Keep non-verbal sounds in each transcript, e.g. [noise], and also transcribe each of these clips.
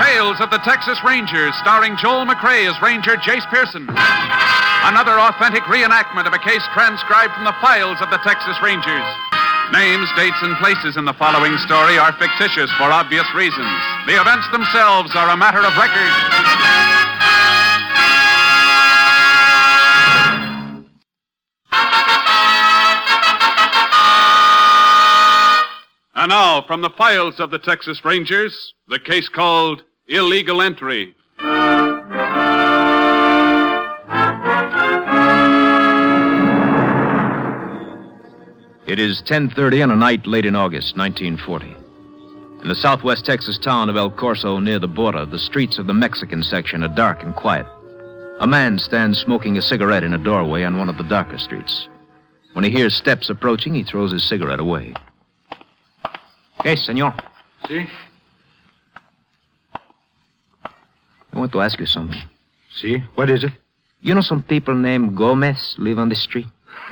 Tales of the Texas Rangers, starring Joel McRae as Ranger Jace Pearson. Another authentic reenactment of a case transcribed from the files of the Texas Rangers. Names, dates, and places in the following story are fictitious for obvious reasons. The events themselves are a matter of record. And now, from the files of the Texas Rangers, the case called Illegal Entry. It is 10:30 on a night late in August 1940. In the southwest Texas town of El Corso near the border, the streets of the Mexican section are dark and quiet. A man stands smoking a cigarette in a doorway on one of the darker streets. When he hears steps approaching, he throws his cigarette away. Yes, senor. See? I want to ask you something. See? What is it? You know some people named Gomez live on the street?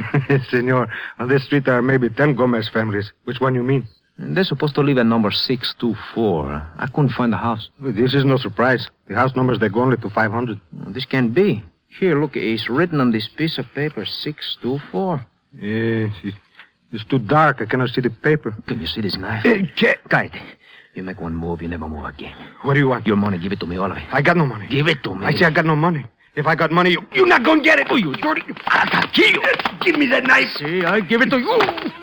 [laughs] Senor, on this street there are maybe ten Gomez families. Which one you mean? They're supposed to live at number 624. I couldn't find the house. This is no surprise. The house numbers, they go only to 500. This can't be. Here, look, it's written on this piece of paper 624. Yes, it- it's too dark. I cannot see the paper. Can you see this knife? Eh, ca- Kite, you make one move, you never move again. What do you want? Your money, give it to me, all of it. I got no money. Give it to me. I say I got no money. If I got money, you... You're not gonna get it. Oh, you dirty... I will kill you. Give me that knife. See, I give it to you.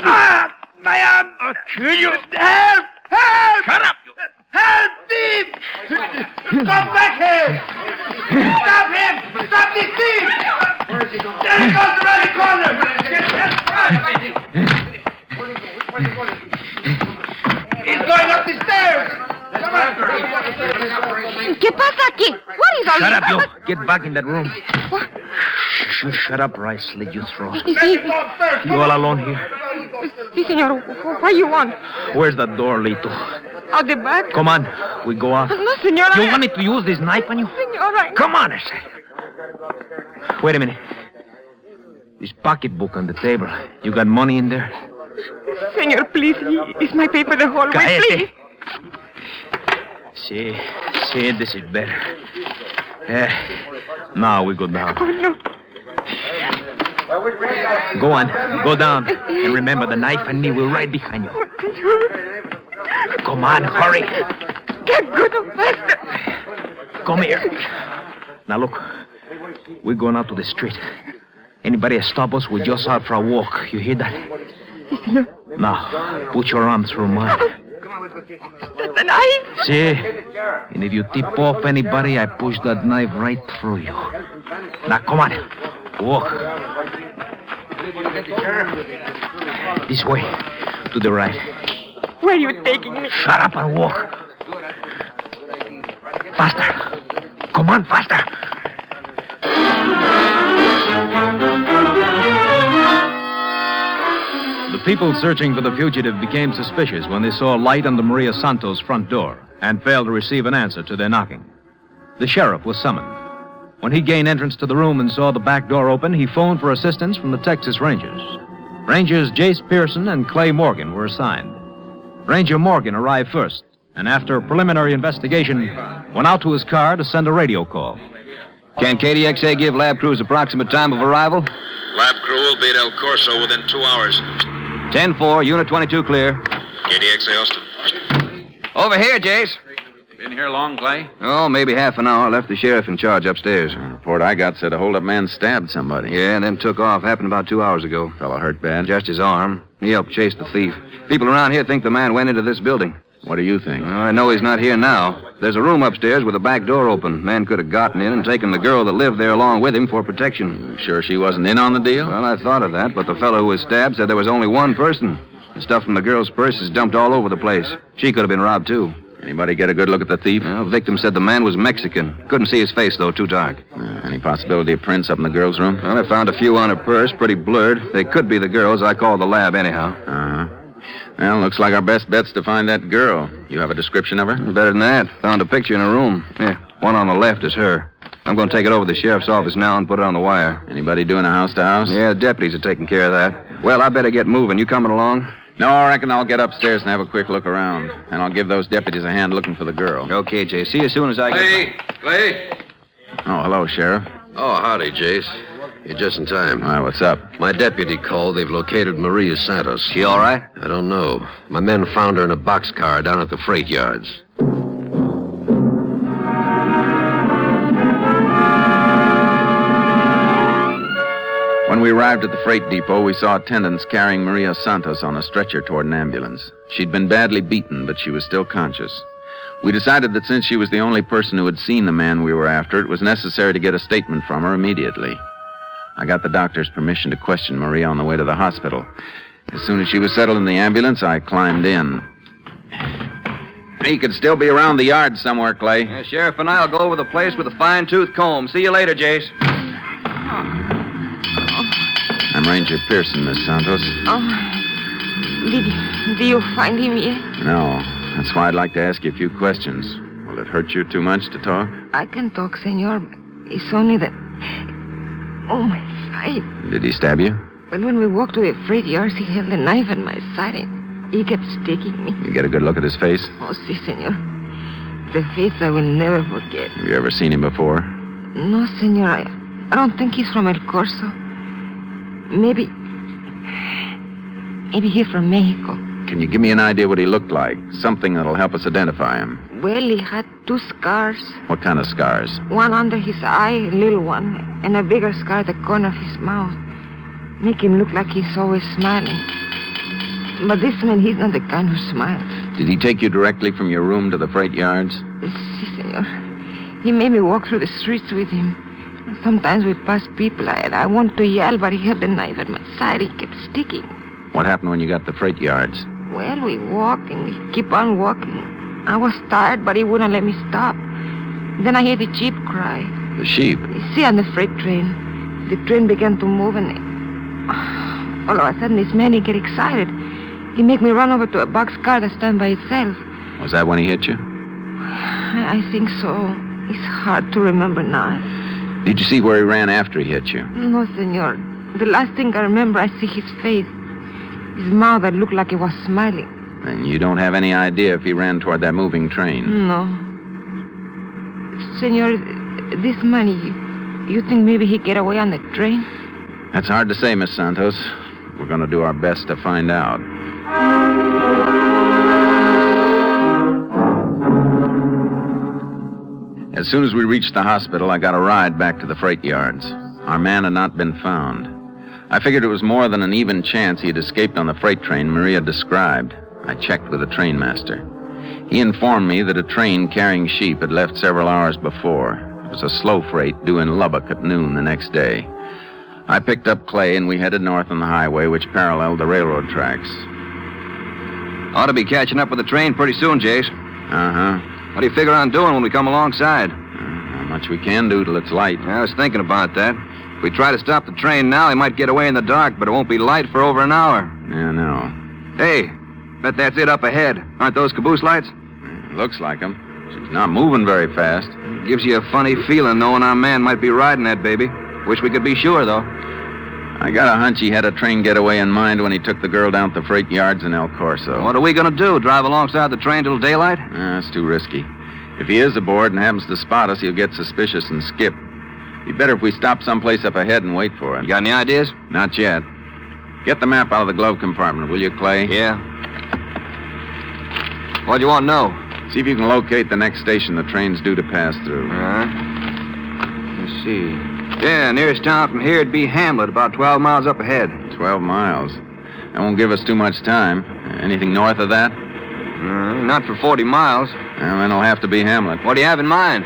Ah, my arm. I'll kill you. Help! Help! Shut up, you... Help me! Come back here! Stop him! Stop this thief! There he goes around the corner! He's going up the stairs! Come on! ¿Qué pasa aquí? What is all Shut this? up, you. Get back in that room. Shh, you shut up, right? Slit your throat. You all alone here? Sí, señor. What do you want? Where's the door, Lito? Out the back? Come on, we go out. No, señor. You I- wanted to use this knife on you? Señor, I... Come on, I said. Wait a minute. This pocketbook on the table. You got money in there? Señor, please. Is my paper the whole way, please? Cállate. See, see, this is better. Yeah. Now we go down. Oh, no. Go on, go down. And remember, the knife and me will right behind you. Señor. Come on, hurry. Get good and faster. Come here. Now look, we're going out to the street. Anybody that stop us, we just out for a walk. You hear that? Now, put your arm through mine. That's the knife. See? And if you tip off anybody, I push that knife right through you. Now, come on. Walk. This way. To the right. Where are you taking me? Shut up and walk. Faster. Come on, faster. The people searching for the fugitive became suspicious when they saw a light on the Maria Santos front door and failed to receive an answer to their knocking. The sheriff was summoned. When he gained entrance to the room and saw the back door open, he phoned for assistance from the Texas Rangers. Rangers Jace Pearson and Clay Morgan were assigned. Ranger Morgan arrived first, and after preliminary investigation, went out to his car to send a radio call. Can KDXA give lab crews approximate time of arrival? Lab crew will be at El Corso within two hours. 10 4, Unit 22 clear. KDXA Austin. Over here, Jace. Been here long, Clay? Oh, maybe half an hour. Left the sheriff in charge upstairs. The report I got said a holdup man stabbed somebody. Yeah, and then took off. Happened about two hours ago. Fella hurt bad? Just his arm. He helped chase the thief. People around here think the man went into this building. What do you think? I know he's not here now. There's a room upstairs with a back door open. Man could have gotten in and taken the girl that lived there along with him for protection. Sure she wasn't in on the deal? Well, I thought of that, but the fellow who was stabbed said there was only one person. The stuff from the girl's purse is dumped all over the place. She could have been robbed, too. Anybody get a good look at the thief? The victim said the man was Mexican. Couldn't see his face, though, too dark. Uh, any possibility of prints up in the girl's room? Well, they found a few on her purse, pretty blurred. They could be the girl's. I called the lab, anyhow. Uh huh. Well, looks like our best bet's to find that girl. You have a description of her? Better than that. Found a picture in her room. Yeah, one on the left is her. I'm going to take it over to the sheriff's office now and put it on the wire. Anybody doing a house to house? Yeah, the deputies are taking care of that. Well, I better get moving. You coming along? No, I reckon I'll get upstairs and have a quick look around. And I'll give those deputies a hand looking for the girl. Okay, Jay. See you as soon as I Clay, Clay. Oh, hello, Sheriff. Oh, howdy, Jace. You're just in time. All right, what's up? My deputy called. They've located Maria Santos. She all right? I don't know. My men found her in a boxcar down at the freight yards. When we arrived at the freight depot, we saw attendants carrying Maria Santos on a stretcher toward an ambulance. She'd been badly beaten, but she was still conscious. We decided that since she was the only person who had seen the man we were after, it was necessary to get a statement from her immediately. I got the doctor's permission to question Maria on the way to the hospital. As soon as she was settled in the ambulance, I climbed in. He could still be around the yard somewhere, Clay. Sheriff and I'll go over the place with a fine tooth comb. See you later, Jace. I'm Ranger Pearson, Miss Santos. Oh. Did, do you find him yet? No, that's why I'd like to ask you a few questions. Will it hurt you too much to talk? I can talk, senor. It's only that. Oh, my side. Did he stab you? But when we walked to the freight yards, he held a knife at my side and he kept sticking me. You get a good look at his face? Oh, si, senor. The face I will never forget. Have you ever seen him before? No, senor. I, I don't think he's from El Corso. Maybe. Maybe he's from Mexico. Can you give me an idea what he looked like? Something that'll help us identify him. Well, he had two scars What kind of scars? one under his eye, a little one, and a bigger scar at the corner of his mouth. Make him look like he's always smiling. But this man, he's not the kind who smiles. Did he take you directly from your room to the freight yards? Si, senor. uh, He made me walk through the streets with him. Sometimes we passed people, and I wanted to yell, but he held the knife at my side. He kept sticking. What happened when you got to the freight yards? Well, we walked and we keep on walking. I was tired, but he wouldn't let me stop. Then I hear the jeep cry. The sheep. You see, on the freight train, the train began to move, and all of a sudden, this man he get excited. He make me run over to a boxcar that stand by itself. Was that when he hit you? I, I think so. It's hard to remember now. Did you see where he ran after he hit you? No, senor. The last thing I remember, I see his face, his mouth that looked like he was smiling. And you don't have any idea if he ran toward that moving train. No. Senor, this money, you, you think maybe he get away on the train? That's hard to say, Miss Santos. We're going to do our best to find out. As soon as we reached the hospital, I got a ride back to the freight yards. Our man had not been found. I figured it was more than an even chance he had escaped on the freight train Maria described. I checked with the trainmaster. He informed me that a train carrying sheep had left several hours before. It was a slow freight due in Lubbock at noon the next day. I picked up Clay and we headed north on the highway, which paralleled the railroad tracks. Ought to be catching up with the train pretty soon, Jace. Uh Uh-huh. huh. What do you figure on doing when we come Uh, alongside? Not much we can do till it's light. I was thinking about that. If we try to stop the train now, he might get away in the dark, but it won't be light for over an hour. Yeah, no. Hey, bet that's it up ahead. Aren't those caboose lights? Looks like 'em. She's not moving very fast. Gives you a funny feeling knowing our man might be riding that baby. Wish we could be sure, though. I got a hunch he had a train getaway in mind when he took the girl down to the freight yards in El Corso. What are we going to do? Drive alongside the train till daylight? That's too risky. If he is aboard and happens to spot us, he'll get suspicious and skip. Be better if we stop someplace up ahead and wait for him. You got any ideas? Not yet. Get the map out of the glove compartment, will you, Clay? Yeah. What do you want to know? See if you can locate the next station the train's due to pass through. Huh? Let's see. Yeah, nearest town from here'd be Hamlet, about 12 miles up ahead. Twelve miles. That won't give us too much time. Anything north of that? Mm, not for 40 miles. Well, then it'll have to be Hamlet. What do you have in mind?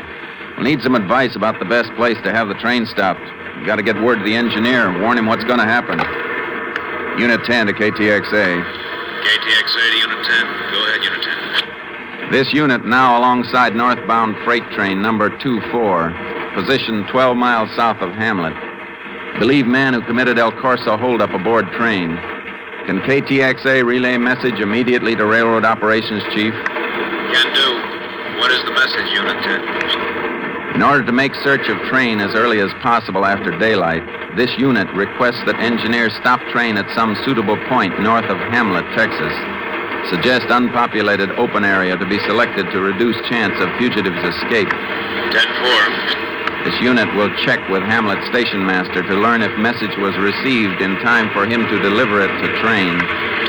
We'll need some advice about the best place to have the train stopped. We've got to get word to the engineer and warn him what's going to happen. Unit 10 to KTXA. KTX 80, Unit 10. Go ahead, Unit 10. This unit now alongside northbound freight train number 24, position 12 miles south of Hamlet. Believe man who committed El Corso holdup aboard train. Can KTXA relay message immediately to Railroad Operations Chief? Can do. What is the message, Unit 10? In order to make search of train as early as possible after daylight, this unit requests that engineers stop train at some suitable point north of Hamlet, Texas. Suggest unpopulated open area to be selected to reduce chance of fugitives' escape. 10-4. This unit will check with Hamlet station master to learn if message was received in time for him to deliver it to train.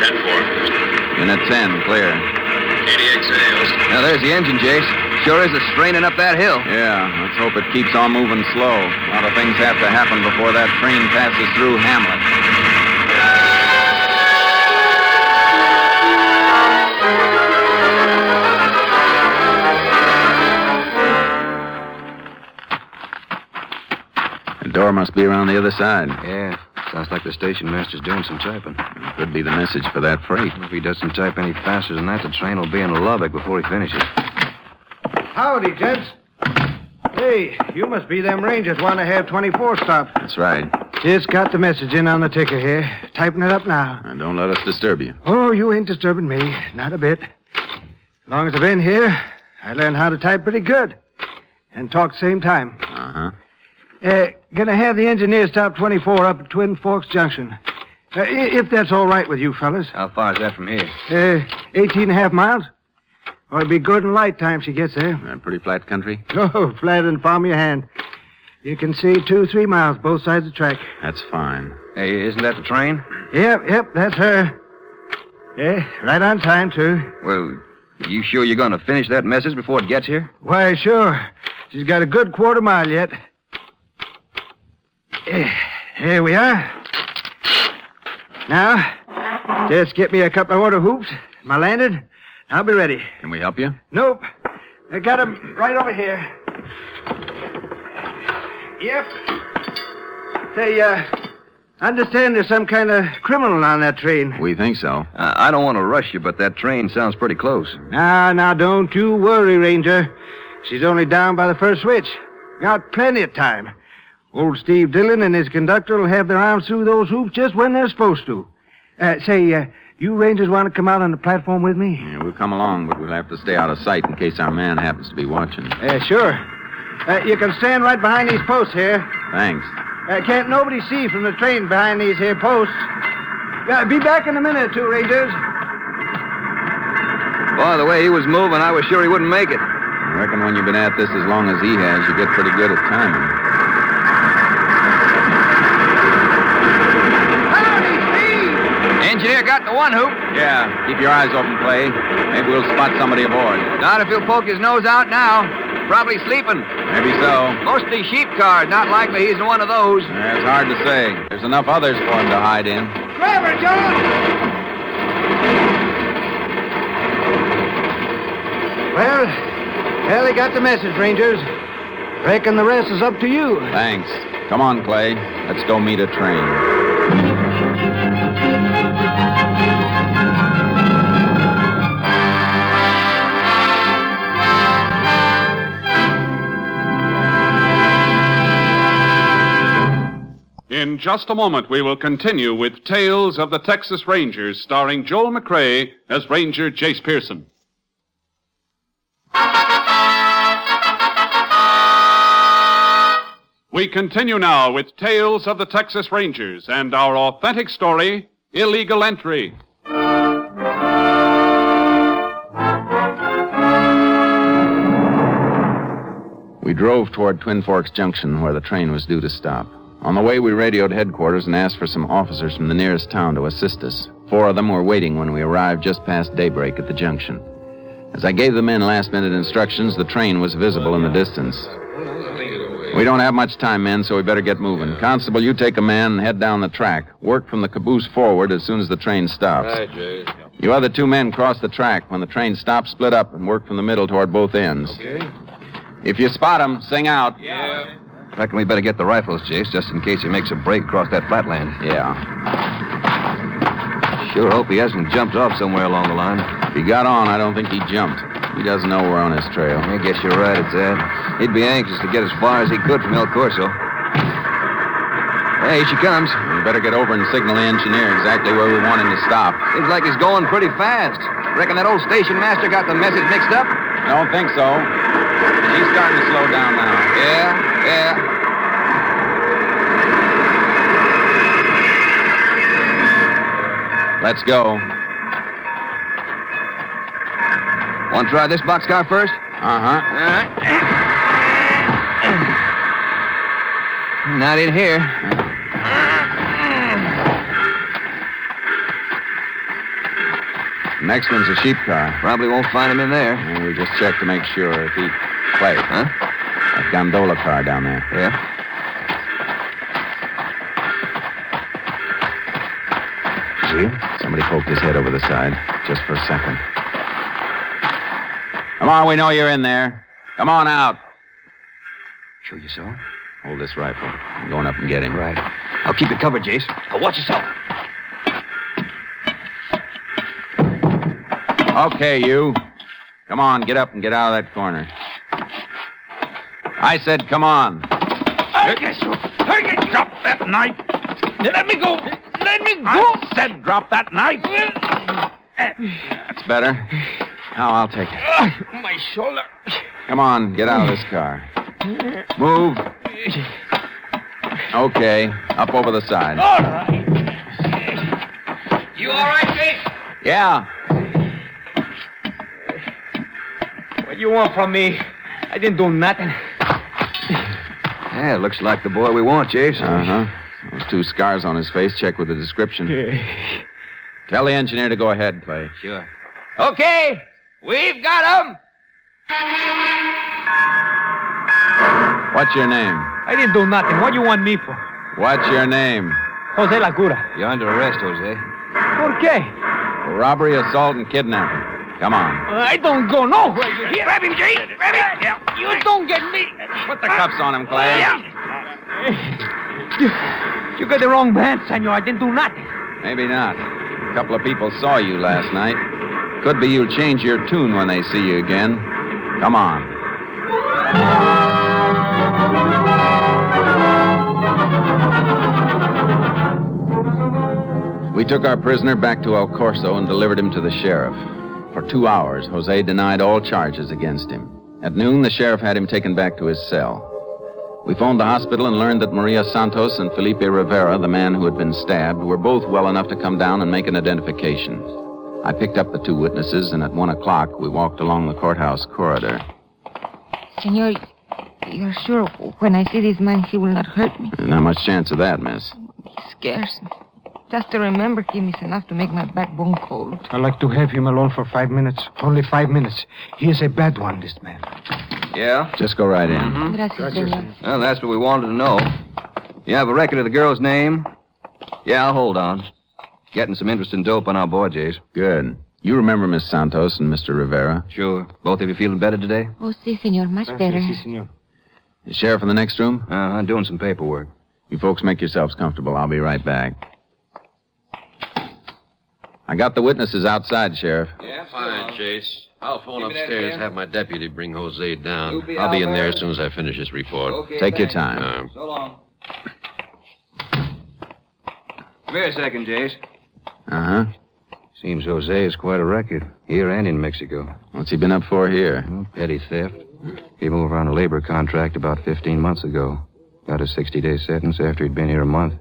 10-4. Unit 10, clear. KTXA, Austin. Now, there's the engine, Jace. Sure is a straining up that hill. Yeah, let's hope it keeps on moving slow. A lot of things have to happen before that train passes through Hamlet. The door must be around the other side. Yeah. Sounds like the station master's doing some typing. Could be the message for that freight. If he doesn't type any faster than that, the train will be in Lubbock before he finishes. Howdy, gents. Hey, you must be them Rangers want to have 24 stop. That's right. Just got the message in on the ticker here. Typing it up now. And don't let us disturb you. Oh, you ain't disturbing me. Not a bit. As long as I've been here, I learned how to type pretty good. And talk same time. Uh-huh. Uh, gonna have the engineer stop 24 up at Twin Forks Junction. Uh, i- if that's all right with you fellas. How far is that from here? Uh, 18 and a half miles. Or it'll be good and light time she gets there. pretty flat country. [laughs] Oh, flat in the palm of your hand. You can see two, three miles both sides of the track. That's fine. Hey, isn't that the train? Yep, yep, that's her. Yeah, right on time, too. Well, you sure you're going to finish that message before it gets here? Why, sure. She's got a good quarter mile yet. Eh, Here we are. Now, just get me a couple of water hoops, my lantern. I'll be ready. Can we help you? Nope. I got 'em right over here. Yep. Say, uh, I understand there's some kind of criminal on that train. We think so. I I don't want to rush you, but that train sounds pretty close. Now, now, don't you worry, Ranger. She's only down by the first switch. Got plenty of time. Old Steve Dillon and his conductor will have their arms through those hoops just when they're supposed to. Uh, say, uh, you Rangers want to come out on the platform with me? Yeah, we'll come along, but we'll have to stay out of sight in case our man happens to be watching. Uh, sure. Uh, you can stand right behind these posts here. Thanks. Uh, can't nobody see from the train behind these here posts. Uh, be back in a minute or two, Rangers. By the way he was moving, I was sure he wouldn't make it. I reckon when you've been at this as long as he has, you get pretty good at timing. Engineer got the one hoop. Yeah, keep your eyes open, Clay. Maybe we'll spot somebody aboard. Not if he'll poke his nose out now. Probably sleeping. Maybe so. Mostly sheep cars. Not likely he's one of those. Yeah, it's hard to say. There's enough others for him to hide in. Driver, John! Well, well, he got the message, Rangers. Reckon the rest is up to you. Thanks. Come on, Clay. Let's go meet a train. In just a moment, we will continue with Tales of the Texas Rangers, starring Joel McRae as Ranger Jace Pearson. We continue now with Tales of the Texas Rangers and our authentic story, Illegal Entry. We drove toward Twin Forks Junction where the train was due to stop. On the way, we radioed headquarters and asked for some officers from the nearest town to assist us. Four of them were waiting when we arrived just past daybreak at the junction. As I gave the men last minute instructions, the train was visible in the distance. We don't have much time, men, so we better get moving. Constable, you take a man and head down the track. Work from the caboose forward as soon as the train stops. Jay. You other two men cross the track. When the train stops, split up and work from the middle toward both ends. If you spot 'em, sing out. Reckon we better get the rifles, Jace, just in case he makes a break across that flatland. Yeah. Sure hope he hasn't jumped off somewhere along the line. If he got on, I don't think he jumped. He doesn't know we're on his trail. I guess you're right, it's that. He'd be anxious to get as far as he could from El Corso. Hey, she comes. We better get over and signal the engineer exactly where we want him to stop. Seems like he's going pretty fast. Reckon that old station master got the message mixed up? I don't think so. He's starting to slow down now. Yeah, yeah. Let's go. Want to try this boxcar first? Uh huh. All right. Not in here. Next one's a sheep car. Probably won't find him in there. And we just check to make sure if he plays. Huh? That gondola car down there. Yeah. Somebody poked his head over the side just for a second. Come on, we know you're in there. Come on out. Sure you saw him? Hold this rifle. I'm going up and get him. Right. I'll keep you covered, Jace. Now watch yourself. Okay, you. Come on, get up and get out of that corner. I said, come on. Okay, sure. Okay, drop that knife. Let me go. Let me go. I said drop that knife. That's better. Now I'll take it. Uh, My shoulder. Come on, get out of this car. Move. Okay, up over the side. All right. You all right, Jake? Yeah. What you want from me? I didn't do nothing. Yeah, looks like the boy we want, Jace. Uh huh. Those two scars on his face. Check with the description. Tell the engineer to go ahead, Clay. Sure. Okay, we've got him. What's your name? I didn't do nothing. What you want me for? What's your name? Jose Lagura. You're under arrest, Jose. ¿Por qué? Robbery, assault, and kidnapping. Come on. I don't go nowhere. You hear? Grab him, Jay. Grab him. Yeah. You don't get me. Put the cuffs on him, Clay. You got the wrong man, senor. I didn't do nothing. Maybe not. A couple of people saw you last night. Could be you'll change your tune when they see you again. Come on. We took our prisoner back to El Corso and delivered him to the sheriff. For two hours, Jose denied all charges against him. At noon, the sheriff had him taken back to his cell. We phoned the hospital and learned that Maria Santos and Felipe Rivera, the man who had been stabbed, were both well enough to come down and make an identification. I picked up the two witnesses, and at one o'clock, we walked along the courthouse corridor. Senor, you're sure when I see this man, he will not hurt me? Not much chance of that, miss. He scares me. Just to remember him is enough to make my backbone cold. I'd like to have him alone for five minutes. Only five minutes. He is a bad one, this man. Yeah? Just go right in. Gracias, senor. Well, that's what we wanted to know. You have a record of the girl's name? Yeah, I'll hold on. Getting some interesting dope on our boy, Jace. Good. You remember Miss Santos and Mr. Rivera? Sure. Both of you feeling better today? Oh, sí, senor. Much better. The sheriff in the next room? Uh, I'm doing some paperwork. You folks make yourselves comfortable. I'll be right back. I got the witnesses outside, Sheriff. Yeah, fine, Chase. I'll phone Give me that upstairs, again. have my deputy bring Jose down. Lupe I'll be in there Alvarez. as soon as I finish this report. Okay, Take your thanks. time. Uh, So long. Come here a second, Jace. Uh huh. Uh-huh. Seems Jose is quite a record, here and in Mexico. What's he been up for here? Well, petty theft. Came over on a labor contract about 15 months ago. Got a 60 day sentence after he'd been here a month.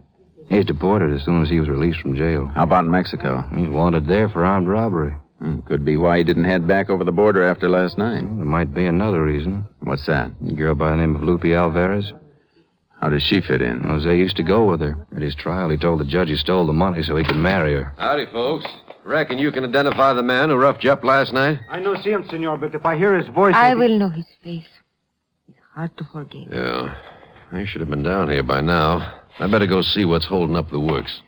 He was deported as soon as he was released from jail. How about in Mexico? He's wanted there for armed robbery. Hmm, Could be why he didn't head back over the border after last night. There might be another reason. What's that? A girl by the name of Lupe Alvarez. How does she fit in? Jose used to go with her. At his trial, he told the judge he stole the money so he could marry her. Howdy, folks. Reckon you can identify the man who roughed you up last night? I know see him, senor, but if I hear his voice. I will know his face. It's hard to forget. Yeah. I should have been down here by now. I better go see what's holding up the works.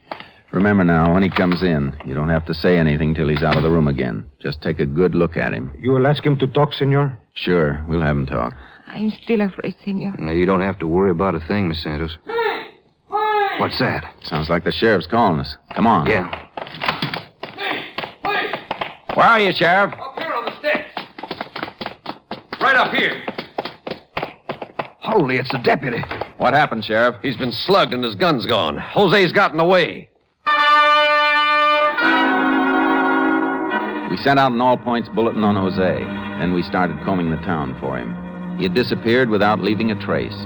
Remember now, when he comes in, you don't have to say anything till he's out of the room again. Just take a good look at him. You will ask him to talk, senor? Sure, we'll have him talk. I'm still afraid, senor. Now, you don't have to worry about a thing, Miss Santos. What's that? Sounds like the sheriff's calling us. Come on. Yeah. Where are you, Sheriff? Up here on the steps. Right up here. Holy, it's the deputy. What happened, Sheriff? He's been slugged and his gun's gone. Jose's gotten away. We sent out an all points bulletin on Jose. Then we started combing the town for him. He had disappeared without leaving a trace.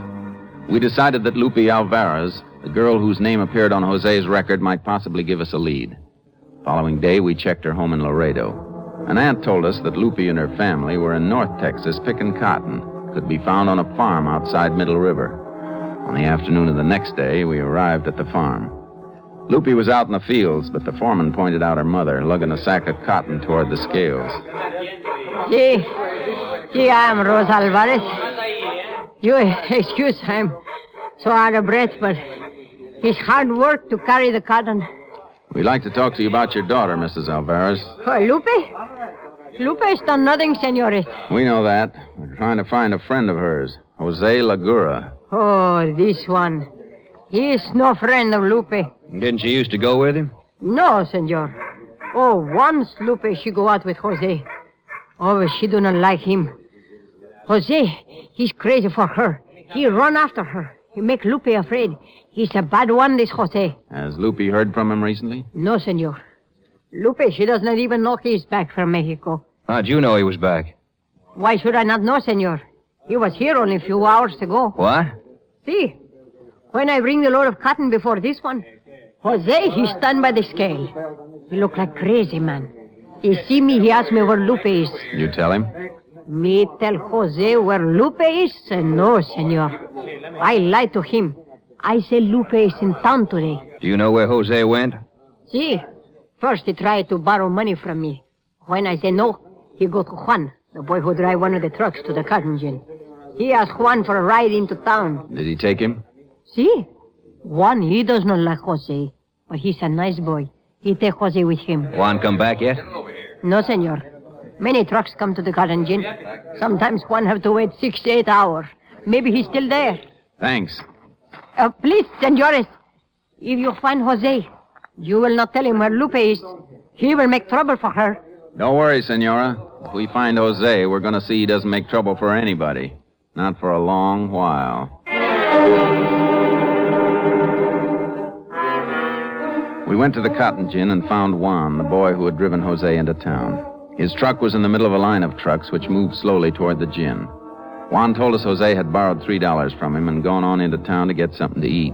We decided that Lupe Alvarez, the girl whose name appeared on Jose's record, might possibly give us a lead. Following day, we checked her home in Laredo. An aunt told us that Lupe and her family were in North Texas picking cotton, could be found on a farm outside Middle River. On the afternoon of the next day, we arrived at the farm. Lupe was out in the fields, but the foreman pointed out her mother lugging a sack of cotton toward the scales. Gee, gee, I'm Rose Alvarez. You [laughs] excuse, I'm so out of breath, but it's hard work to carry the cotton. We'd like to talk to you about your daughter, Mrs. Alvarez. Oh, Lupe? Lupe has done nothing, senorita. We know that. We're trying to find a friend of hers, Jose Lagura. Oh, this one. He is no friend of Lupe. Didn't you used to go with him? No, senor. Oh, once Lupe, she go out with Jose. Oh, she do not like him. Jose, he's crazy for her. He run after her. He make Lupe afraid. He's a bad one, this Jose. Has Lupe heard from him recently? No, senor. Lupe, she does not even know he's back from Mexico. How'd you know he was back? Why should I not know, senor? He was here only a few hours ago. What? See, when I bring the load of cotton before this one, Jose, he stand by the scale. He look like crazy man. He see me, he ask me where Lupe is. You tell him? Me tell Jose where Lupe is? No, senor. I lie to him. I say Lupe is in town today. Do you know where Jose went? See, first he tried to borrow money from me. When I say no, he go to Juan, the boy who drive one of the trucks to the cotton gin. He asked Juan for a ride into town. Did he take him? See? Juan, he does not like Jose, but he's a nice boy. He take Jose with him. Juan come back yet? No, senor. Many trucks come to the cotton gin. Sometimes Juan have to wait six, eight hours. Maybe he's still there. Thanks. Uh, please, senores, if you find Jose, you will not tell him where Lupe is. He will make trouble for her. Don't worry, Senora. If we find Jose, we're going to see he doesn't make trouble for anybody. Not for a long while. We went to the cotton gin and found Juan, the boy who had driven Jose into town. His truck was in the middle of a line of trucks which moved slowly toward the gin. Juan told us Jose had borrowed $3 from him and gone on into town to get something to eat.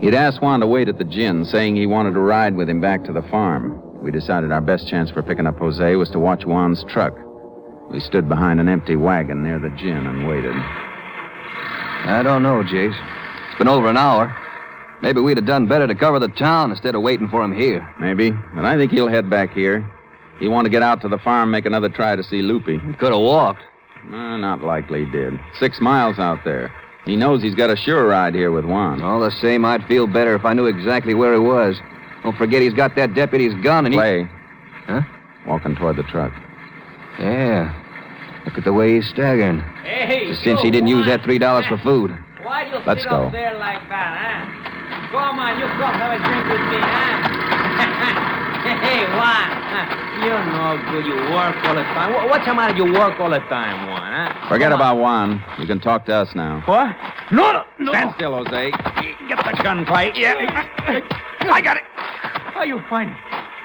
He'd asked Juan to wait at the gin, saying he wanted to ride with him back to the farm. We decided our best chance for picking up Jose was to watch Juan's truck. We stood behind an empty wagon near the gin and waited. I don't know, Jace. It's been over an hour. Maybe we'd have done better to cover the town instead of waiting for him here. Maybe, but I think he'll head back here. He wanted to get out to the farm, make another try to see Lupe. He could have walked. not likely he did. Six miles out there. He knows he's got a sure ride here with Juan. All the same, I'd feel better if I knew exactly where he was. Don't forget he's got that deputy's gun and Clay. Huh? Walking toward the truck. he... Yeah. Look at the way he's staggering. Hey, Since he didn't use that three dollars for food. Why you Let's sit go. up there like that, huh? Come on, you come have a drink with me, huh? [laughs] hey, Juan, huh? you're no good. You work all the time. Wha- What's the matter? You work all the time, Juan, huh? Forget about Juan. You can talk to us now. What? No, no, no. Stand still, Jose. Get the gun, Clay. [laughs] Yeah. I got it. How you find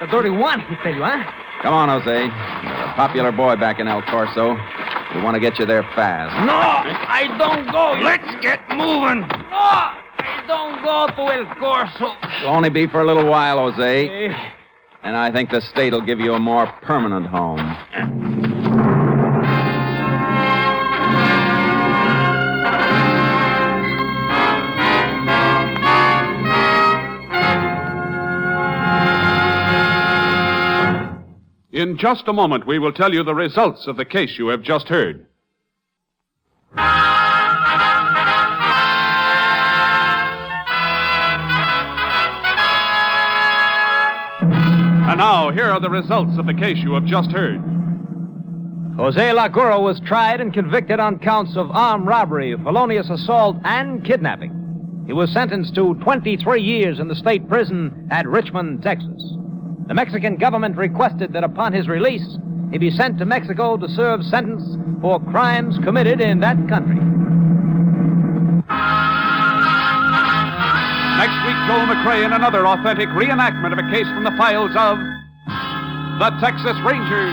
the dirty one? He tell you, huh? Come on, Jose. You're a popular boy back in El Corso. We want to get you there fast. No, I don't go. Let's get moving. No, I don't go to El Corso. It'll only be for a little while, Jose. Hey, And I think the state will give you a more permanent home. In just a moment, we will tell you the results of the case you have just heard. And now, here are the results of the case you have just heard. Jose Laguro was tried and convicted on counts of armed robbery, felonious assault, and kidnapping. He was sentenced to 23 years in the state prison at Richmond, Texas. The Mexican government requested that upon his release, he be sent to Mexico to serve sentence for crimes committed in that country. Next week, Joel McRae in another authentic reenactment of a case from the files of the Texas Rangers.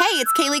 Hey, it's Kaylee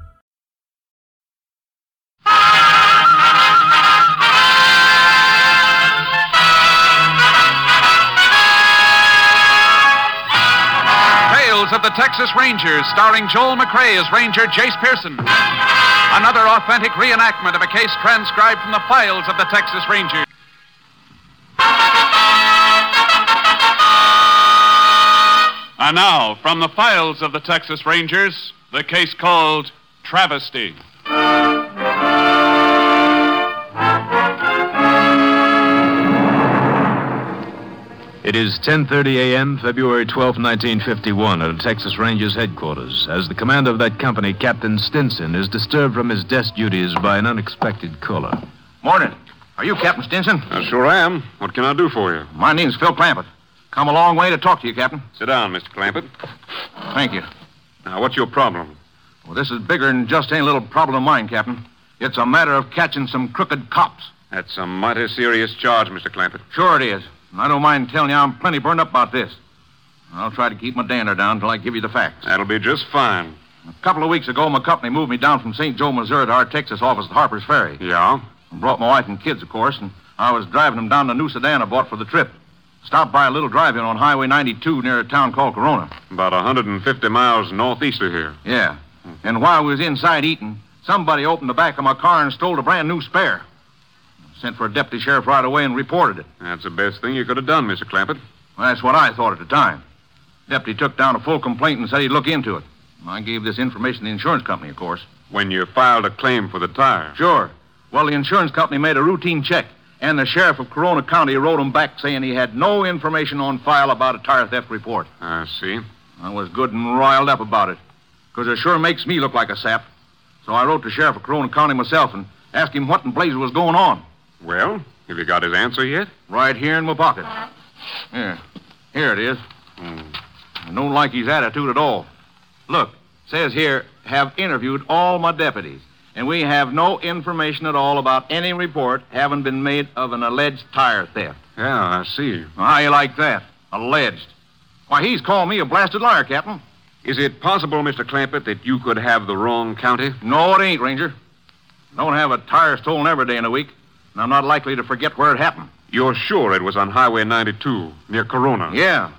Tales of the Texas Rangers, starring Joel McRae as Ranger Jace Pearson. Another authentic reenactment of a case transcribed from the files of the Texas Rangers. And now, from the files of the Texas Rangers, the case called Travesty. It is 10:30 a.m., February 12, 1951, at Texas Rangers headquarters, as the commander of that company, Captain Stinson, is disturbed from his desk duties by an unexpected caller. Morning. Are you Captain Stinson? I sure am. What can I do for you? My name's Phil Clampett. Come a long way to talk to you, Captain. Sit down, Mr. Clampett. Thank you. Now, what's your problem? Well, this is bigger than just any little problem of mine, Captain. It's a matter of catching some crooked cops. That's a mighty serious charge, Mr. Clampett. Sure it is. And I don't mind telling you I'm plenty burned up about this. I'll try to keep my dander down until I give you the facts. That'll be just fine. A couple of weeks ago, my company moved me down from St. Joe, Missouri to our Texas office at Harper's Ferry. Yeah? brought my wife and kids, of course, and I was driving them down the new sedan I bought for the trip. Stopped by a little drive-in on Highway 92 near a town called Corona. About 150 miles northeast of here. Yeah. And while we was inside eating, somebody opened the back of my car and stole a brand new spare. Sent for a deputy sheriff right away and reported it. That's the best thing you could have done, Mr. Clampett. Well, that's what I thought at the time. Deputy took down a full complaint and said he'd look into it. I gave this information to the insurance company, of course. When you filed a claim for the tire. Sure. Well, the insurance company made a routine check, and the sheriff of Corona County wrote him back saying he had no information on file about a tire theft report. I see. I was good and riled up about it, because it sure makes me look like a sap. So I wrote the sheriff of Corona County myself and asked him what in blazes was going on. Well, have you got his answer yet? Right here in my pocket. Here. Here it is. I Hmm. don't like his attitude at all. Look, says here, have interviewed all my deputies, and we have no information at all about any report having been made of an alleged tire theft. Yeah, I see. How you like that? Alleged. Why, he's called me a blasted liar, Captain. Is it possible, Mr. Clampett, that you could have the wrong county? No, it ain't, Ranger. Don't have a tire stolen every day in a week, and I'm not likely to forget where it happened. You're sure it was on Highway 92, near Corona? Yeah.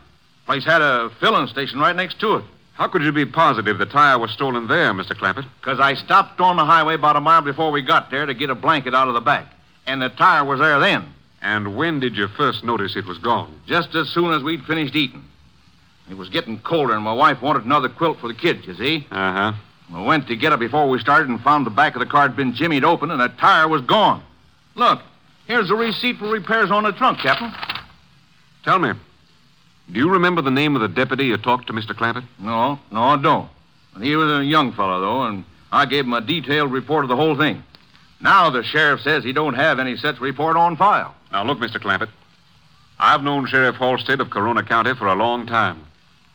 Place had a filling station right next to it. How could you be positive the tire was stolen there, Mr. Clampett? Because I stopped on the highway about a mile before we got there to get a blanket out of the back. And the tire was there then, And when did you first notice it was gone? just as soon as we'd finished eating. It was getting colder, and my wife wanted another quilt for the kids, you see? Uh huh. We went to get it before we started and found the back of the car had been jimmied open, and the tire was gone. Look, here's the receipt for repairs on the trunk, Captain. Tell me, do you remember the name of the deputy you talked to, Mr. Clampett? No, no, I don't. He was a young fellow, though, and I gave him a detailed report of the whole thing. Now the sheriff says he don't have any such report on file. Now, look, Mr. Clampett. I've known Sheriff Halstead of Corona County for a long time.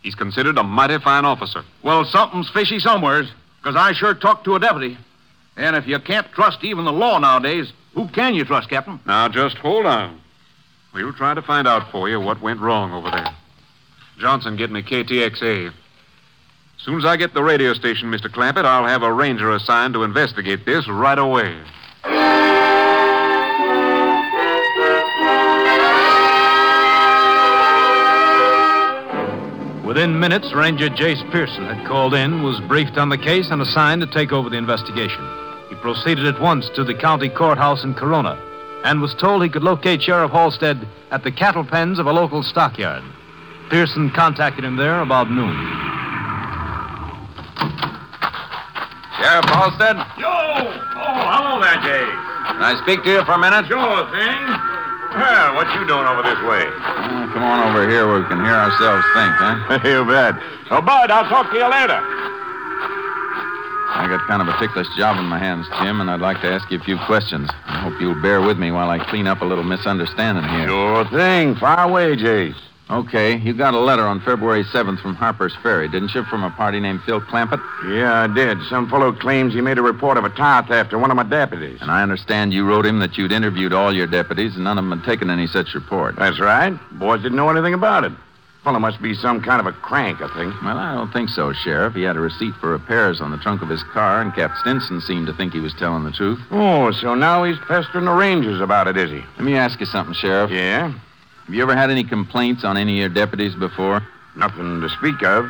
He's considered a mighty fine officer. Well, something's fishy somewheres, because I sure talked to a deputy. And if you can't trust even the law nowadays, Who can you trust, Captain? Now, just hold on. We'll try to find out for you what went wrong over there. Johnson, get me KTXA. Soon as I get the radio station, Mr. Clampett, I'll have a ranger assigned to investigate this right away. Within minutes, Ranger Jace Pearson had called in, was briefed on the case, and assigned to take over the investigation. He proceeded at once to the county courthouse in Corona and was told he could locate Sheriff Halstead at the cattle pens of a local stockyard. Pearson contacted him there about noon. Sheriff Halstead? Yo! Oh, hello there, Jay. Can I speak to you for a minute? Sure thing. Well, what you doing over this way? Uh, Come on over here where we can hear ourselves think, huh? [laughs] you bet. Oh, Bud, I'll talk to you later. I got kind of a ticklish job in my hands, Jim, and I'd like to ask you a few questions. I hope you'll bear with me while I clean up a little misunderstanding here. Sure thing. Fire away, Jace. Okay, you got a letter on February 7th from Harper's Ferry, didn't you, from a party named Phil Clampett? Yeah, I did. Some fellow claims he made a report of a tire theft to one of my deputies. And I understand you wrote him that you'd interviewed all your deputies and none of them had taken any such report. That's right. Boys didn't know anything about it. Fellow must be some kind of a crank, I think. Well, I don't think so, Sheriff. He had a receipt for repairs on the trunk of his car, and Cap Stinson seemed to think he was telling the truth. Oh, so now he's pestering the Rangers about it, is he? Let me ask you something, Sheriff. Yeah? Have you ever had any complaints on any of your deputies before? Nothing to speak of.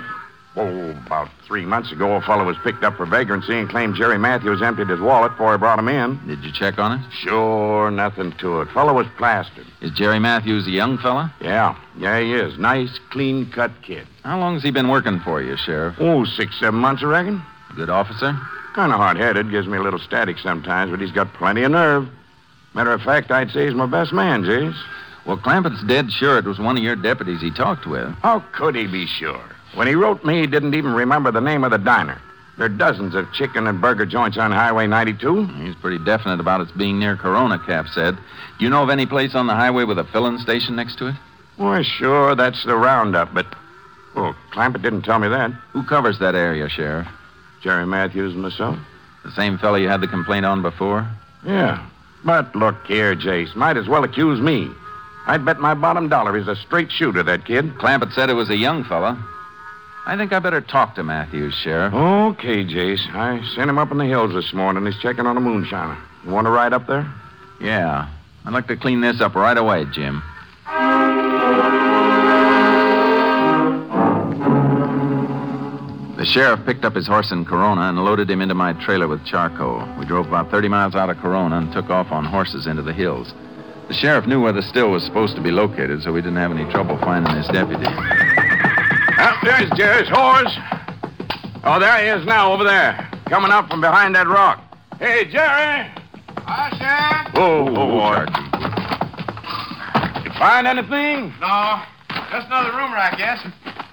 Oh, about three months ago, a fellow was picked up for vagrancy and claimed Jerry Matthews emptied his wallet before he brought him in. Did you check on it? Sure, nothing to it. Fellow was plastered. Is Jerry Matthews a young fella? Yeah, yeah, he is. Nice, clean cut kid. How long's he been working for you, Sheriff? Oh, six, seven months, I reckon. Good officer? Kind of hard headed, gives me a little static sometimes, but he's got plenty of nerve. Matter of fact, I'd say he's my best man, Jace. Well, Clampett's dead sure it was one of your deputies he talked with. How could he be sure? When he wrote me, he didn't even remember the name of the diner. There are dozens of chicken and burger joints on Highway 92. He's pretty definite about its being near Corona, Cap said. Do you know of any place on the highway with a filling station next to it? Why, sure, that's the roundup, but. Well, Clampett didn't tell me that. Who covers that area, Sheriff? Jerry Matthews and myself. The same fellow you had the complaint on before? Yeah. But look here, Jace. Might as well accuse me. I'd bet my bottom dollar he's a straight shooter, that kid. Clampett said it was a young fella. I think I better talk to Matthews, Sheriff. Okay, Jace. I sent him up in the hills this morning. He's checking on a moonshiner. You want to ride up there? Yeah. I'd like to clean this up right away, Jim. The sheriff picked up his horse in Corona and loaded him into my trailer with charcoal. We drove about 30 miles out of Corona and took off on horses into the hills. The sheriff knew where the still was supposed to be located, so we didn't have any trouble finding his deputy. Up Ah, there's Jerry's horse. Oh, there he is now, over there. Coming up from behind that rock. Hey, Jerry. Sheriff? Whoa, whoa, boy. You find anything? No. Just another rumor, I guess.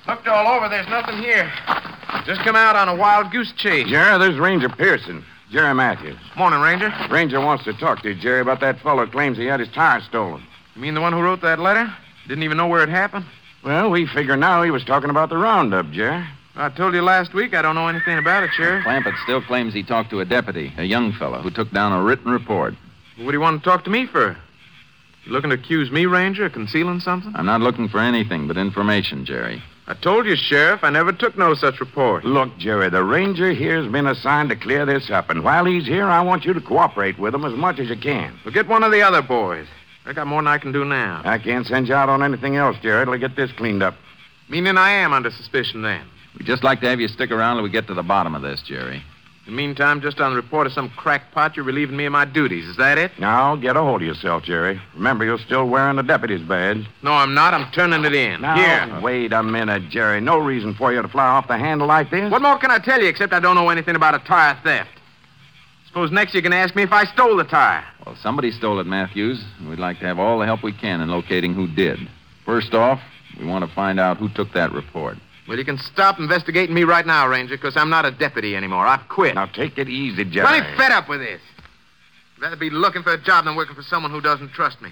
Looked all over. There's nothing here. Just come out on a wild goose chase. Jerry, there's Ranger Pearson. Jerry Matthews. Morning, Ranger. Ranger wants to talk to you, Jerry, about that fellow who claims he had his tire stolen. You mean the one who wrote that letter? Didn't even know where it happened? Well, we figure now he was talking about the roundup, Jerry. I told you last week I don't know anything about it, Sheriff. Clampett still claims he talked to a deputy, a young fellow, who took down a written report. What do you want to talk to me for? You looking to accuse me, Ranger, of concealing something? I'm not looking for anything but information, Jerry. I told you, Sheriff, I never took no such report. Look, Jerry, the ranger here's been assigned to clear this up, and while he's here, I want you to cooperate with him as much as you can. Well, get one of the other boys. I got more than I can do now. I can't send you out on anything else, Jerry, till I get this cleaned up. Meaning I am under suspicion then. We'd just like to have you stick around till we get to the bottom of this, Jerry. In the meantime, just on the report of some crackpot, you're relieving me of my duties. Is that it? Now, get a hold of yourself, Jerry. Remember, you're still wearing the deputy's badge. No, I'm not. I'm turning it in. Now, Here. wait a minute, Jerry. No reason for you to fly off the handle like this. What more can I tell you except I don't know anything about a tire theft? Suppose next you can ask me if I stole the tire. Well, somebody stole it, Matthews, and we'd like to have all the help we can in locating who did. First off, we want to find out who took that report. Well, you can stop investigating me right now, Ranger, because I'm not a deputy anymore. I've quit. Now, take it easy, Jerry. I'm fed up with this. Rather be looking for a job than working for someone who doesn't trust me.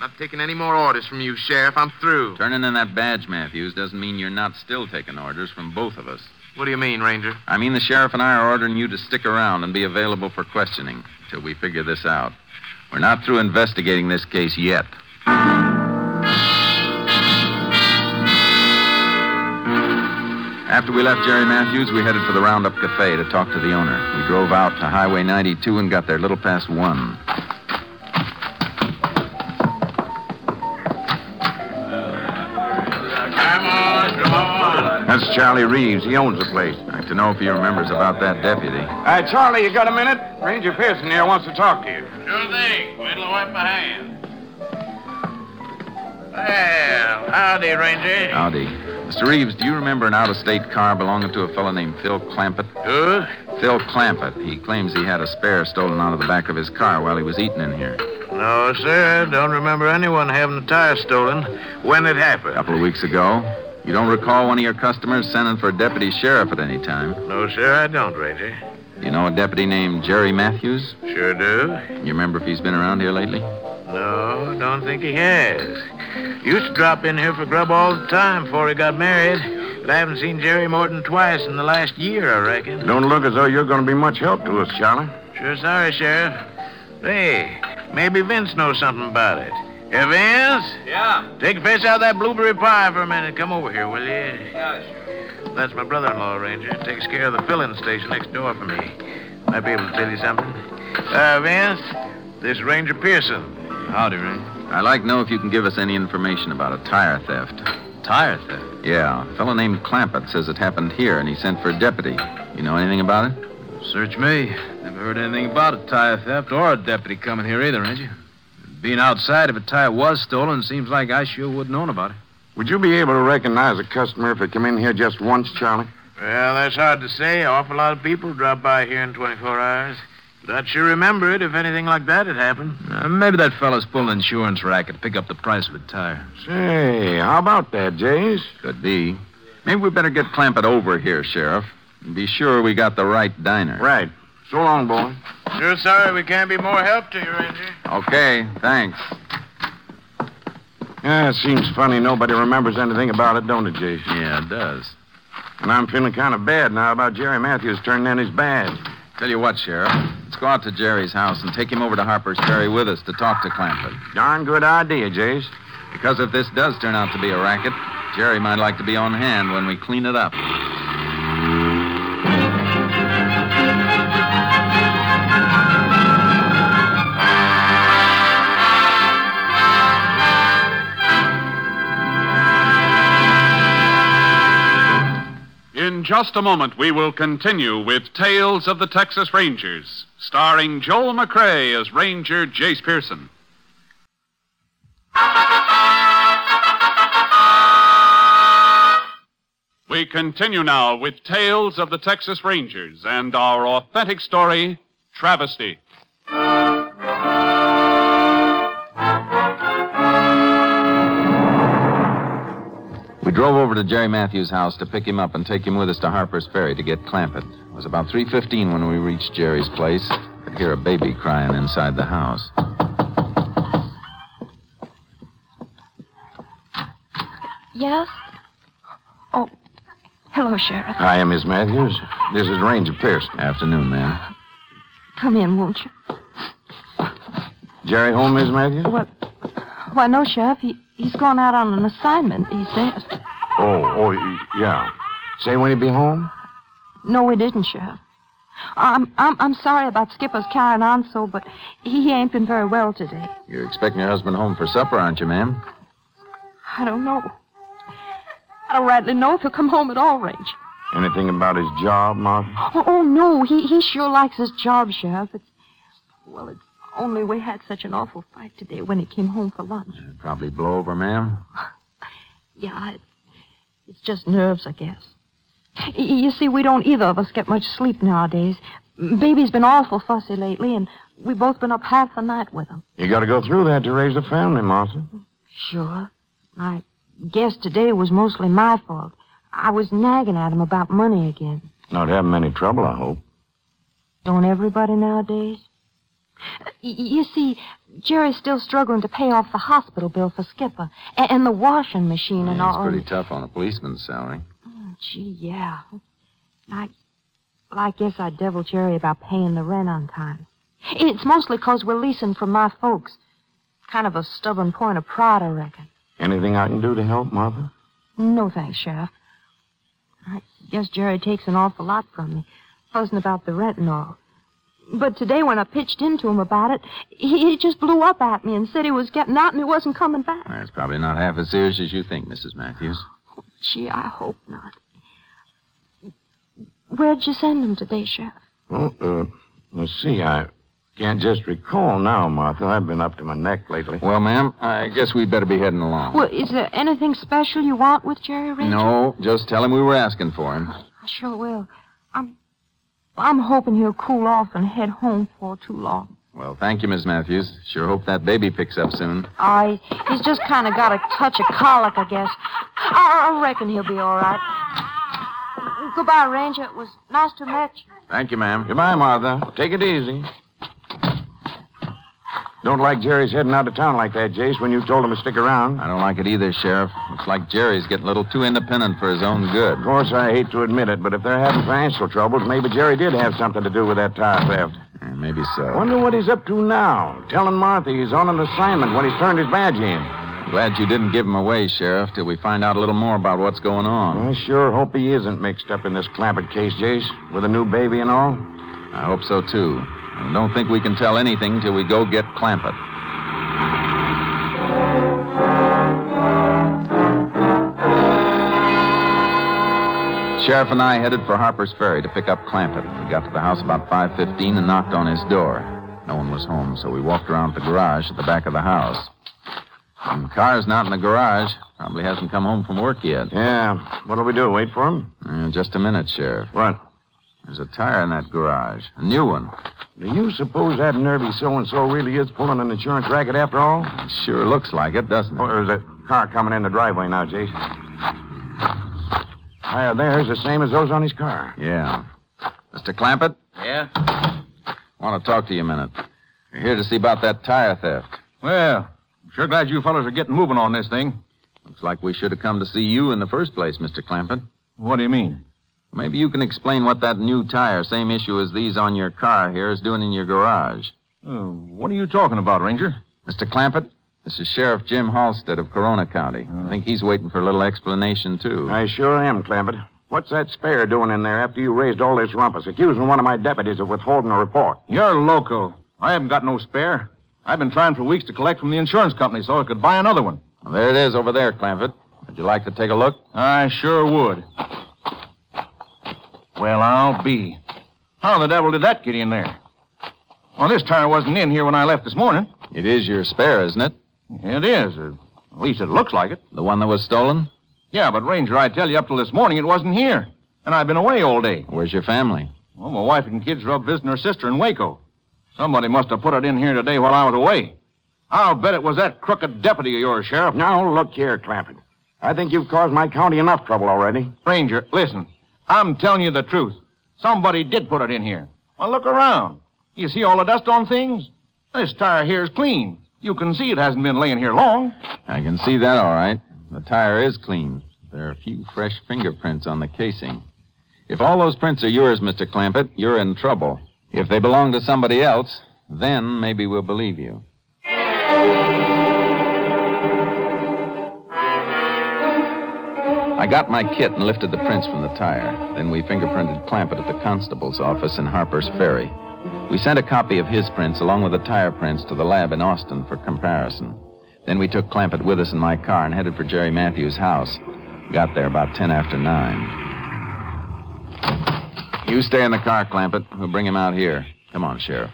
Not taking any more orders from you, Sheriff. I'm through. Turning in that badge, Matthews, doesn't mean you're not still taking orders from both of us. What do you mean, Ranger? I mean, the sheriff and I are ordering you to stick around and be available for questioning till we figure this out. We're not through investigating this case yet. After we left Jerry Matthews, we headed for the Roundup Cafe to talk to the owner. We drove out to Highway 92 and got there a little past one. That's Charlie Reeves. He owns the place. I'd like to know if he remembers about that deputy. Uh, Charlie, you got a minute? Ranger Pearson here wants to talk to you. Sure thing. Wait till I wipe my hands. Well, howdy, Ranger. Howdy. Mr. Reeves, do you remember an out of state car belonging to a fellow named Phil Clampett? Who? Phil Clampett. He claims he had a spare stolen out of the back of his car while he was eating in here. No, sir. Don't remember anyone having the tire stolen when it A happened. couple of weeks ago. You don't recall one of your customers sending for a deputy sheriff at any time. No, sir, I don't, Ranger. You know a deputy named Jerry Matthews? Sure do. You remember if he's been around here lately? No, don't think he has. Used to drop in here for grub all the time before he got married, but I haven't seen Jerry more than twice in the last year, I reckon. Don't look as though you're going to be much help to us, Charlie. Sure sorry, Sheriff. Hey, maybe Vince knows something about it. Hey, Vince? Yeah? Take a face out of that blueberry pie for a minute. Come over here, will you? Yeah, sure. That's my brother-in-law, Ranger. Takes care of the filling station next door for me. Might be able to tell you something. Uh, Vince, this is Ranger Pearson. Howdy, Ranger. I'd like to know if you can give us any information about a tire theft. Tire theft? Yeah, a fellow named Clampett says it happened here and he sent for a deputy. You know anything about it? Search me. Never heard anything about a tire theft or a deputy coming here either, ain't you? Being outside, if a tire was stolen, seems like I sure would have known about it. Would you be able to recognize a customer if they come in here just once, Charlie? Well, that's hard to say. An awful lot of people drop by here in 24 hours. But I'd sure remember it if anything like that had happened. Uh, maybe that fellow's pulling an insurance racket to pick up the price of a tire. Say, how about that, Jays? Could be. Maybe we better get Clampett over here, Sheriff, and be sure we got the right diner. Right. So long, boy. Sure sorry we can't be more help to you, Ranger. Okay, thanks. Yeah, it seems funny nobody remembers anything about it, don't it, Jason? Yeah, it does. And I'm feeling kind of bad now about Jerry Matthews turning in his badge. Tell you what, Sheriff. Let's go out to Jerry's house and take him over to Harper's Ferry with us to talk to Clampett. Darn good idea, Jace. Because if this does turn out to be a racket, Jerry might like to be on hand when we clean it up. In just a moment, we will continue with Tales of the Texas Rangers, starring Joel McRae as Ranger Jace Pearson. We continue now with Tales of the Texas Rangers and our authentic story, Travesty. We drove over to Jerry Matthews' house to pick him up and take him with us to Harper's Ferry to get Clampett. It was about 3.15 when we reached Jerry's place. Could hear a baby crying inside the house. Yes? Oh, hello, Sheriff. I am Miss Matthews. This is Ranger Pearson. Afternoon, ma'am. Come in, won't you? Jerry home, Miss Matthews? What? Why, no, Sheriff. He, he's gone out on an assignment, he said. Oh, oh, y- yeah. Say when he be home? No, we didn't, Sheriff. I'm, I'm, I'm sorry about Skipper's carrying on so, but he ain't been very well today. You're expecting your husband home for supper, aren't you, ma'am? I don't know. I don't rightly know if he'll come home at all, Ranger. Anything about his job, Martha? Oh, oh, no, he, he sure likes his job, Sheriff. It's, well, it's only we had such an awful fight today when he came home for lunch. Probably blow over, ma'am. Yeah, it, it's just nerves, I guess. Y- You see, we don't either of us get much sleep nowadays. Baby's been awful fussy lately, and we've both been up half the night with him. You got to go through that to raise a family, Martha. Sure. I guess today was mostly my fault. I was nagging at him about money again. Not having any trouble, I hope. Don't everybody nowadays? Uh, Y- You see, Jerry's still struggling to pay off the hospital bill for Skipper and, and the washing machine It's and all. pretty tough on a policeman's salary. Oh, gee, yeah. I, I guess I deviled Jerry about paying the rent on time. It's mostly 'cause we're leasing from my folks. Kind of a stubborn point of pride, I reckon. Anything I can do to help, Martha? No thanks, Sheriff. I guess Jerry takes an awful lot from me, fussing about the rent and all. But today, when I pitched into him about it, he, he just blew up at me and said he was getting out and he wasn't coming back. That's probably not half as serious as you think, Mrs. Matthews. Gee, I hope not. Where'd you send him today, Sheriff? Well, uh, let's see. I can't just recall now, Martha. I've been up to my neck lately. Well, ma'am, I guess we'd better be heading Oh. along. Well, is there anything special you want with Jerry Ranger? No, just tell him we were asking for him. I sure will. I'm, I'm hoping he'll cool off and head home for too long. Well, thank you, Miss Matthews. Sure hope that baby picks up soon. I, he's just kind of got a touch of colic, I guess. I, I reckon he'll be all right. Goodbye, Ranger. It was nice to meet you. Thank you, ma'am. Goodbye, Martha. Take it easy. Don't like Jerry's heading out of town like that, Jace, when you told him to stick around. I don't like it either, Sheriff. Looks like Jerry's getting a little too independent for his own good. Of course, I hate to admit it, but if they're having financial troubles, maybe Jerry did have something to do with that tire theft. maybe so. Wonder what he's up to now. Telling Martha he's on an assignment when he's turned his badge in. Glad you didn't give him away, Sheriff, till we find out a little more about what's going on. I sure hope he isn't mixed up in this Clampett case, Jace, with a new baby and all. I hope so, too. I don't think we can tell anything till we go get Clampett. Sheriff and I headed for Harper's Ferry to pick up Clampett. We got to the house about 5.15 and knocked on his door. No one was home, so we walked around the garage at the back of the house. And the car's not in the garage. Probably hasn't come home from work yet. Yeah. What'll we do? Wait for him? Uh, just a minute, Sheriff. What? There's a tire in that garage. A new one. Do you suppose that nervy so-and-so really is pulling an insurance racket after all? Sure looks like it, doesn't it? Oh, there's a car coming in the driveway now, Jace. Tire there's the same as those on his car. Yeah. Mr. Clampett? Yeah? Want to talk to you a minute. We're here to see about that tire theft. Well, I'm sure glad you fellas are getting moving on this thing. Looks like we should have come to see you in the first place, Mr. Clampett. What do you mean? Maybe you can explain what that new tire, same issue as these on your car here, is doing in your garage. Oh, what are you talking about, Ranger? Mr. Clampett, this is Sheriff Jim Halstead of Corona County. Oh. I think he's waiting for a little explanation, too. I sure am, Clampett. What's that spare doing in there after you raised all this rumpus, accusing one of my deputies of withholding a report? You're loco. I haven't got no spare. I've been trying for weeks to collect from the insurance company so I could buy another one. there it is over there, Clampett. Would you like to take a look? I sure would. Well, I'll be. How the devil did that get in there? Well, this tire wasn't in here when I left this morning. It is your spare, isn't it? It is. Or at least it looks like it. The one that was stolen? Yeah, but Ranger, I tell you, up till this morning it wasn't here. And I've been away all day. Where's your family? Well, my wife and kids are up visiting her sister in Waco. Somebody must have put it in here today while I was away. I'll bet it was that crooked deputy of yours, Sheriff. Now, look here, Clampett. I think you've caused my county enough trouble already. Ranger, listen. I'm telling you the truth. Somebody did put it in here. Well, look around. You see all the dust on things? This tire here is clean. You can see it hasn't been laying here long. I can see that all right. The tire is clean. There are a few fresh fingerprints on the casing. If all those prints are yours, Mr. Clampett, you're in trouble. If they belong to somebody else, then maybe we'll believe you. I got my kit and lifted the prints from the tire. Then we fingerprinted Clampett at the constable's office in Harper's Ferry. We sent a copy of his prints along with the tire prints to the lab in Austin for comparison. Then we took Clampett with us in my car and headed for Jerry Matthews' house. Got there about ten after nine. You stay in the car, Clampett. We'll bring him out here. Come on, Sheriff.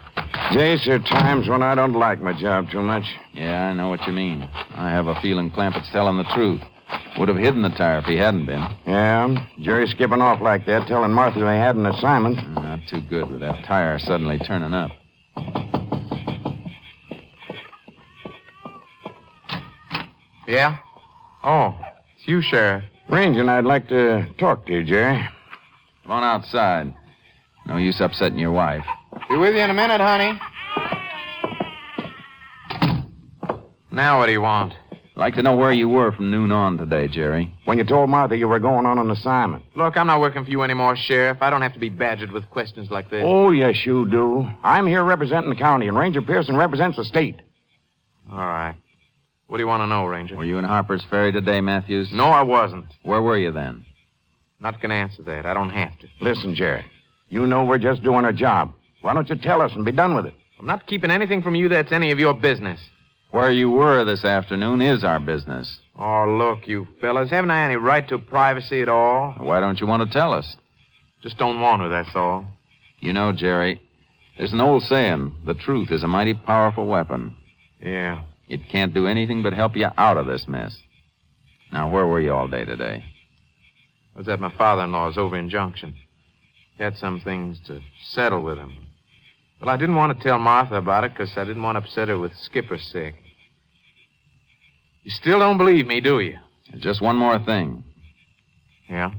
Jace, there are times when I don't like my job too much. Yeah, I know what you mean. I have a feeling Clampett's telling the truth. Would have hidden the tire if he hadn't been. Yeah, Jerry's skipping off like that, telling Martha they had an assignment. Mm, Not too good with that tire suddenly turning up. Yeah? Oh, It's you, Sheriff. Ranger, and I'd like to talk to you, Jerry. Come on outside. No use upsetting your wife. Be with you in a minute, honey. Now what do you want? Like to know where you were from noon on today, Jerry. When you told Martha you were going on an assignment. Look, I'm not working for you anymore, Sheriff. I don't have to be badgered with questions like this. Oh, yes, you do. I'm here representing the county, and Ranger Pearson represents the state. All right. What do you want to know, Ranger? Were you in Harper's Ferry today, Matthews? No, I wasn't. Where were you then? Not gonna answer that. I don't have to. Listen, Jerry, you know we're just doing our job. Why don't you tell us and be done with it? I'm not keeping anything from you that's any of your business. Where you were this afternoon is our business. Oh, look, you fellas. Haven't I any right to privacy at all? Why don't you want to tell us? Just don't want to, that's all. You know, Jerry, there's an old saying the truth is a mighty powerful weapon. Yeah. It can't do anything but help you out of this mess. Now, where were you all day today? I was at my father in law's over in Junction. He had some things to settle with him. Well, I didn't want to tell Martha about it because I didn't want to upset her with Skipper sick. You still don't believe me, do you? Just one more thing. Yeah?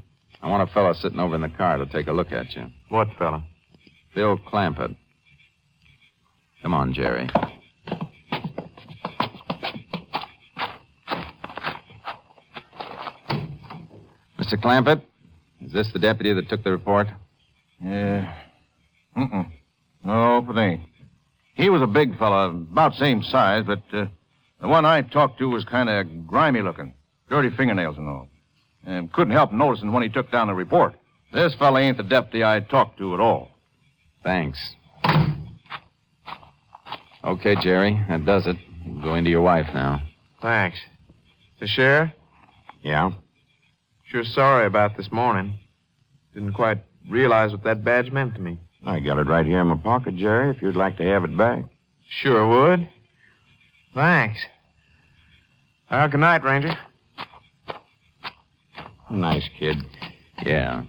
I want a fella sitting over in the car to take a look at you. What fella? Bill Clampett. Come on, Jerry. Mr. Clampett, is this the deputy that took the report? Yeah. Mm-mm. No, but ain't. He was a big fella, about same size, but uh, the one I talked to was kind of grimy looking, dirty fingernails and all. And couldn't help noticing when he took down the report. This fella ain't the deputy I talked to at all. Thanks. Okay, Jerry, that does it. You can Go into your wife now. Thanks. The sheriff? Yeah? Sure sorry about this morning. Didn't quite realize what that badge meant to me. I got it right here in my pocket, Jerry, if you'd like to have it back. Sure would. Thanks. Well, good night, Ranger. Nice kid. Yeah.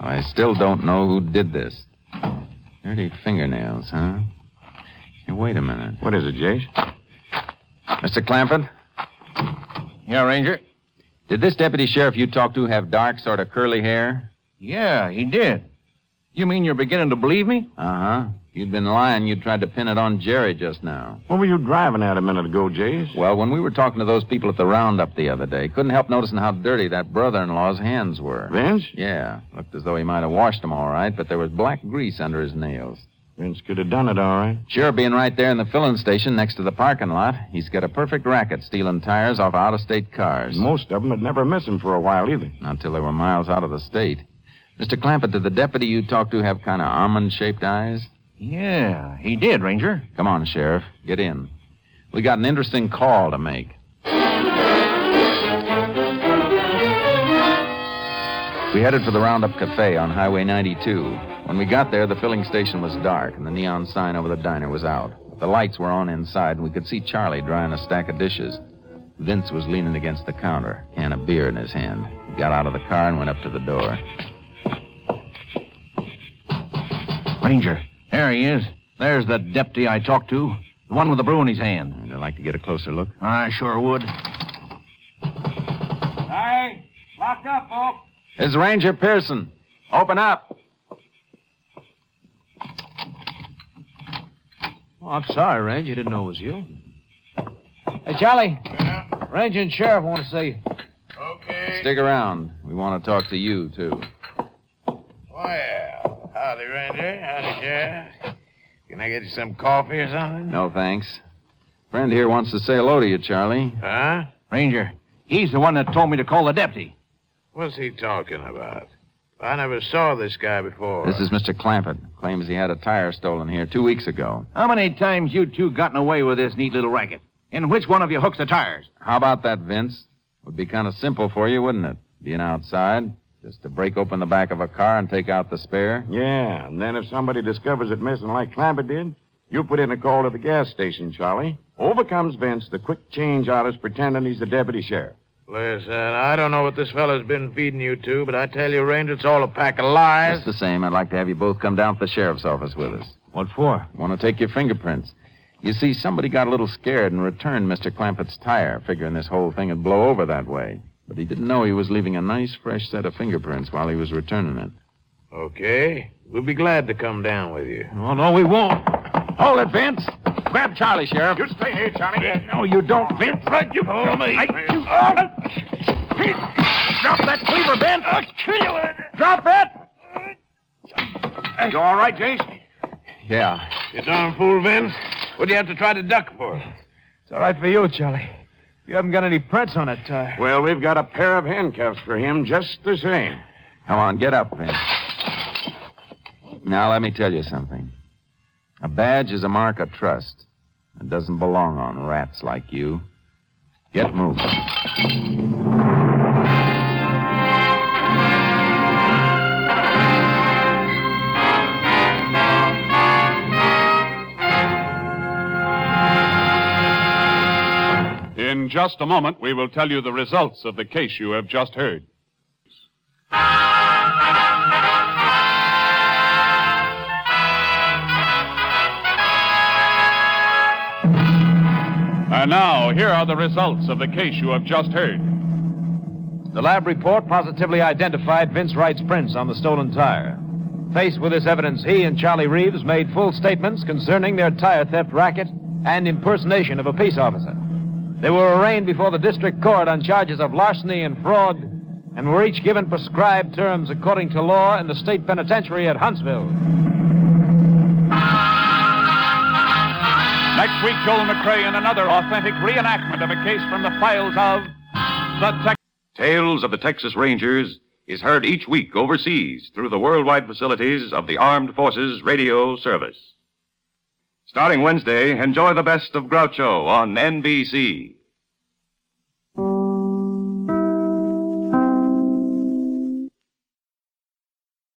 I still don't know who did this. Dirty fingernails, huh? Hey, wait a minute. What is it, Jace? Mr. Clampett? Yeah, Ranger? Did this deputy sheriff you talked to have dark, sort of curly hair? Yeah, he did. You mean you're beginning to believe me? Uh huh. You'd been lying. You tried to pin it on Jerry just now. What were you driving at a minute ago, Jace? Well, Uh, when we were talking to those people at the roundup the other day, couldn't help noticing how dirty that brother in law's hands were. Vince? Yeah. Looked as though he might have washed them all right, but there was black grease under his nails. Vince could have done it all right. Sure, being right there in the filling station next to the parking lot, he's got a perfect racket stealing tires off out of state cars. Most of them had never missed him for a while either. Not till they were miles out of the state. Mr. Clampett, did the deputy you talked to have kind of almond shaped eyes? Yeah, Uh, he did, Ranger. Come on, Sheriff. Get in. We got an interesting call to make. We headed for the Roundup Cafe on Highway 92. When we got there, the filling station was dark and the neon sign over the diner was out. The lights were on inside and we could see Charlie drying a stack of dishes. Vince was leaning against the counter, can of beer in his hand. He got out of the car and went up to the door. Ranger. There he is. There's the deputy I talked to. The one with the brew in his hand. I'd like to get a closer look. I sure would. Hey, lock up, folks. It's Ranger Pearson. Open up. Oh, I'm sorry, Ranger. Didn't know it was you. Hey, Charlie. Ranger and Sheriff want to see you. Stick around. We want to talk to you, too. Well, howdy, Ranger. Howdy, Sheriff. Can I get you some coffee or something? No thanks. Friend here wants to say hello to you, Charlie. Huh? Ranger. He's the one that told me to call the deputy. What's he talking about? I never saw this guy before. This is Mr. Clampett. Claims he had a tire stolen here two weeks ago. How many times you two gotten away with this neat little racket? And which one of you hooks the tires? How about that, Vince? Would be kind of simple for you, wouldn't it? Being outside, just to break open the back of a car and take out the spare. Yeah, and then if somebody discovers it missing like Clampett did, you put in a call to the gas station, Charlie. Over comes Vince, the quick change artist pretending he's the deputy sheriff. Listen, I don't know what this fella's been feeding you two, but I tell you, Ranger, it's all a pack of lies. Just the same, I'd like to have you both come down to the sheriff's office with us. What for? Want to take your fingerprints. You see, somebody got a little scared and returned Mr. Clampett's tire, figuring this whole thing would blow over that way. But he didn't know he was leaving a nice, fresh set of fingerprints while he was returning it. Okay. We'll be glad to come down with you. Oh, no, we won't. Hold it, Vince. Grab Charlie, Sheriff. You stay here, Charlie. No, you don't, Vince. you hold me. Oh, you, Drop that cleaver, Ben. I'll kill you. Drop that. You all right, Jace? Yeah. You darn fool, Vince. What'd you have to try to duck for? It's all right for you, Charlie. You haven't got any prints on that tire. Well, We've got a pair of handcuffs for him just the same. Come on, get up, Vince. Now, let me tell you something. A badge is a mark of trust. It doesn't belong on rats like you. Get moving. In just a moment, we will tell you the results of the case you have just heard. And now, here are the results of the case you have just heard. The lab report positively identified Vince Wright's prints on the stolen tire. Faced with this evidence, he and Charlie Reeves made full statements concerning their tire theft racket and impersonation of a peace officer. They were arraigned before the district court on charges of larceny and fraud and were each given prescribed terms according to law in the state penitentiary at Huntsville. Next week, Joel McRae in another authentic reenactment of a case from the files of the Texas. Tales of the Texas Rangers is heard each week overseas through the worldwide facilities of the Armed Forces Radio Service. Starting Wednesday, enjoy the best of Groucho on NBC.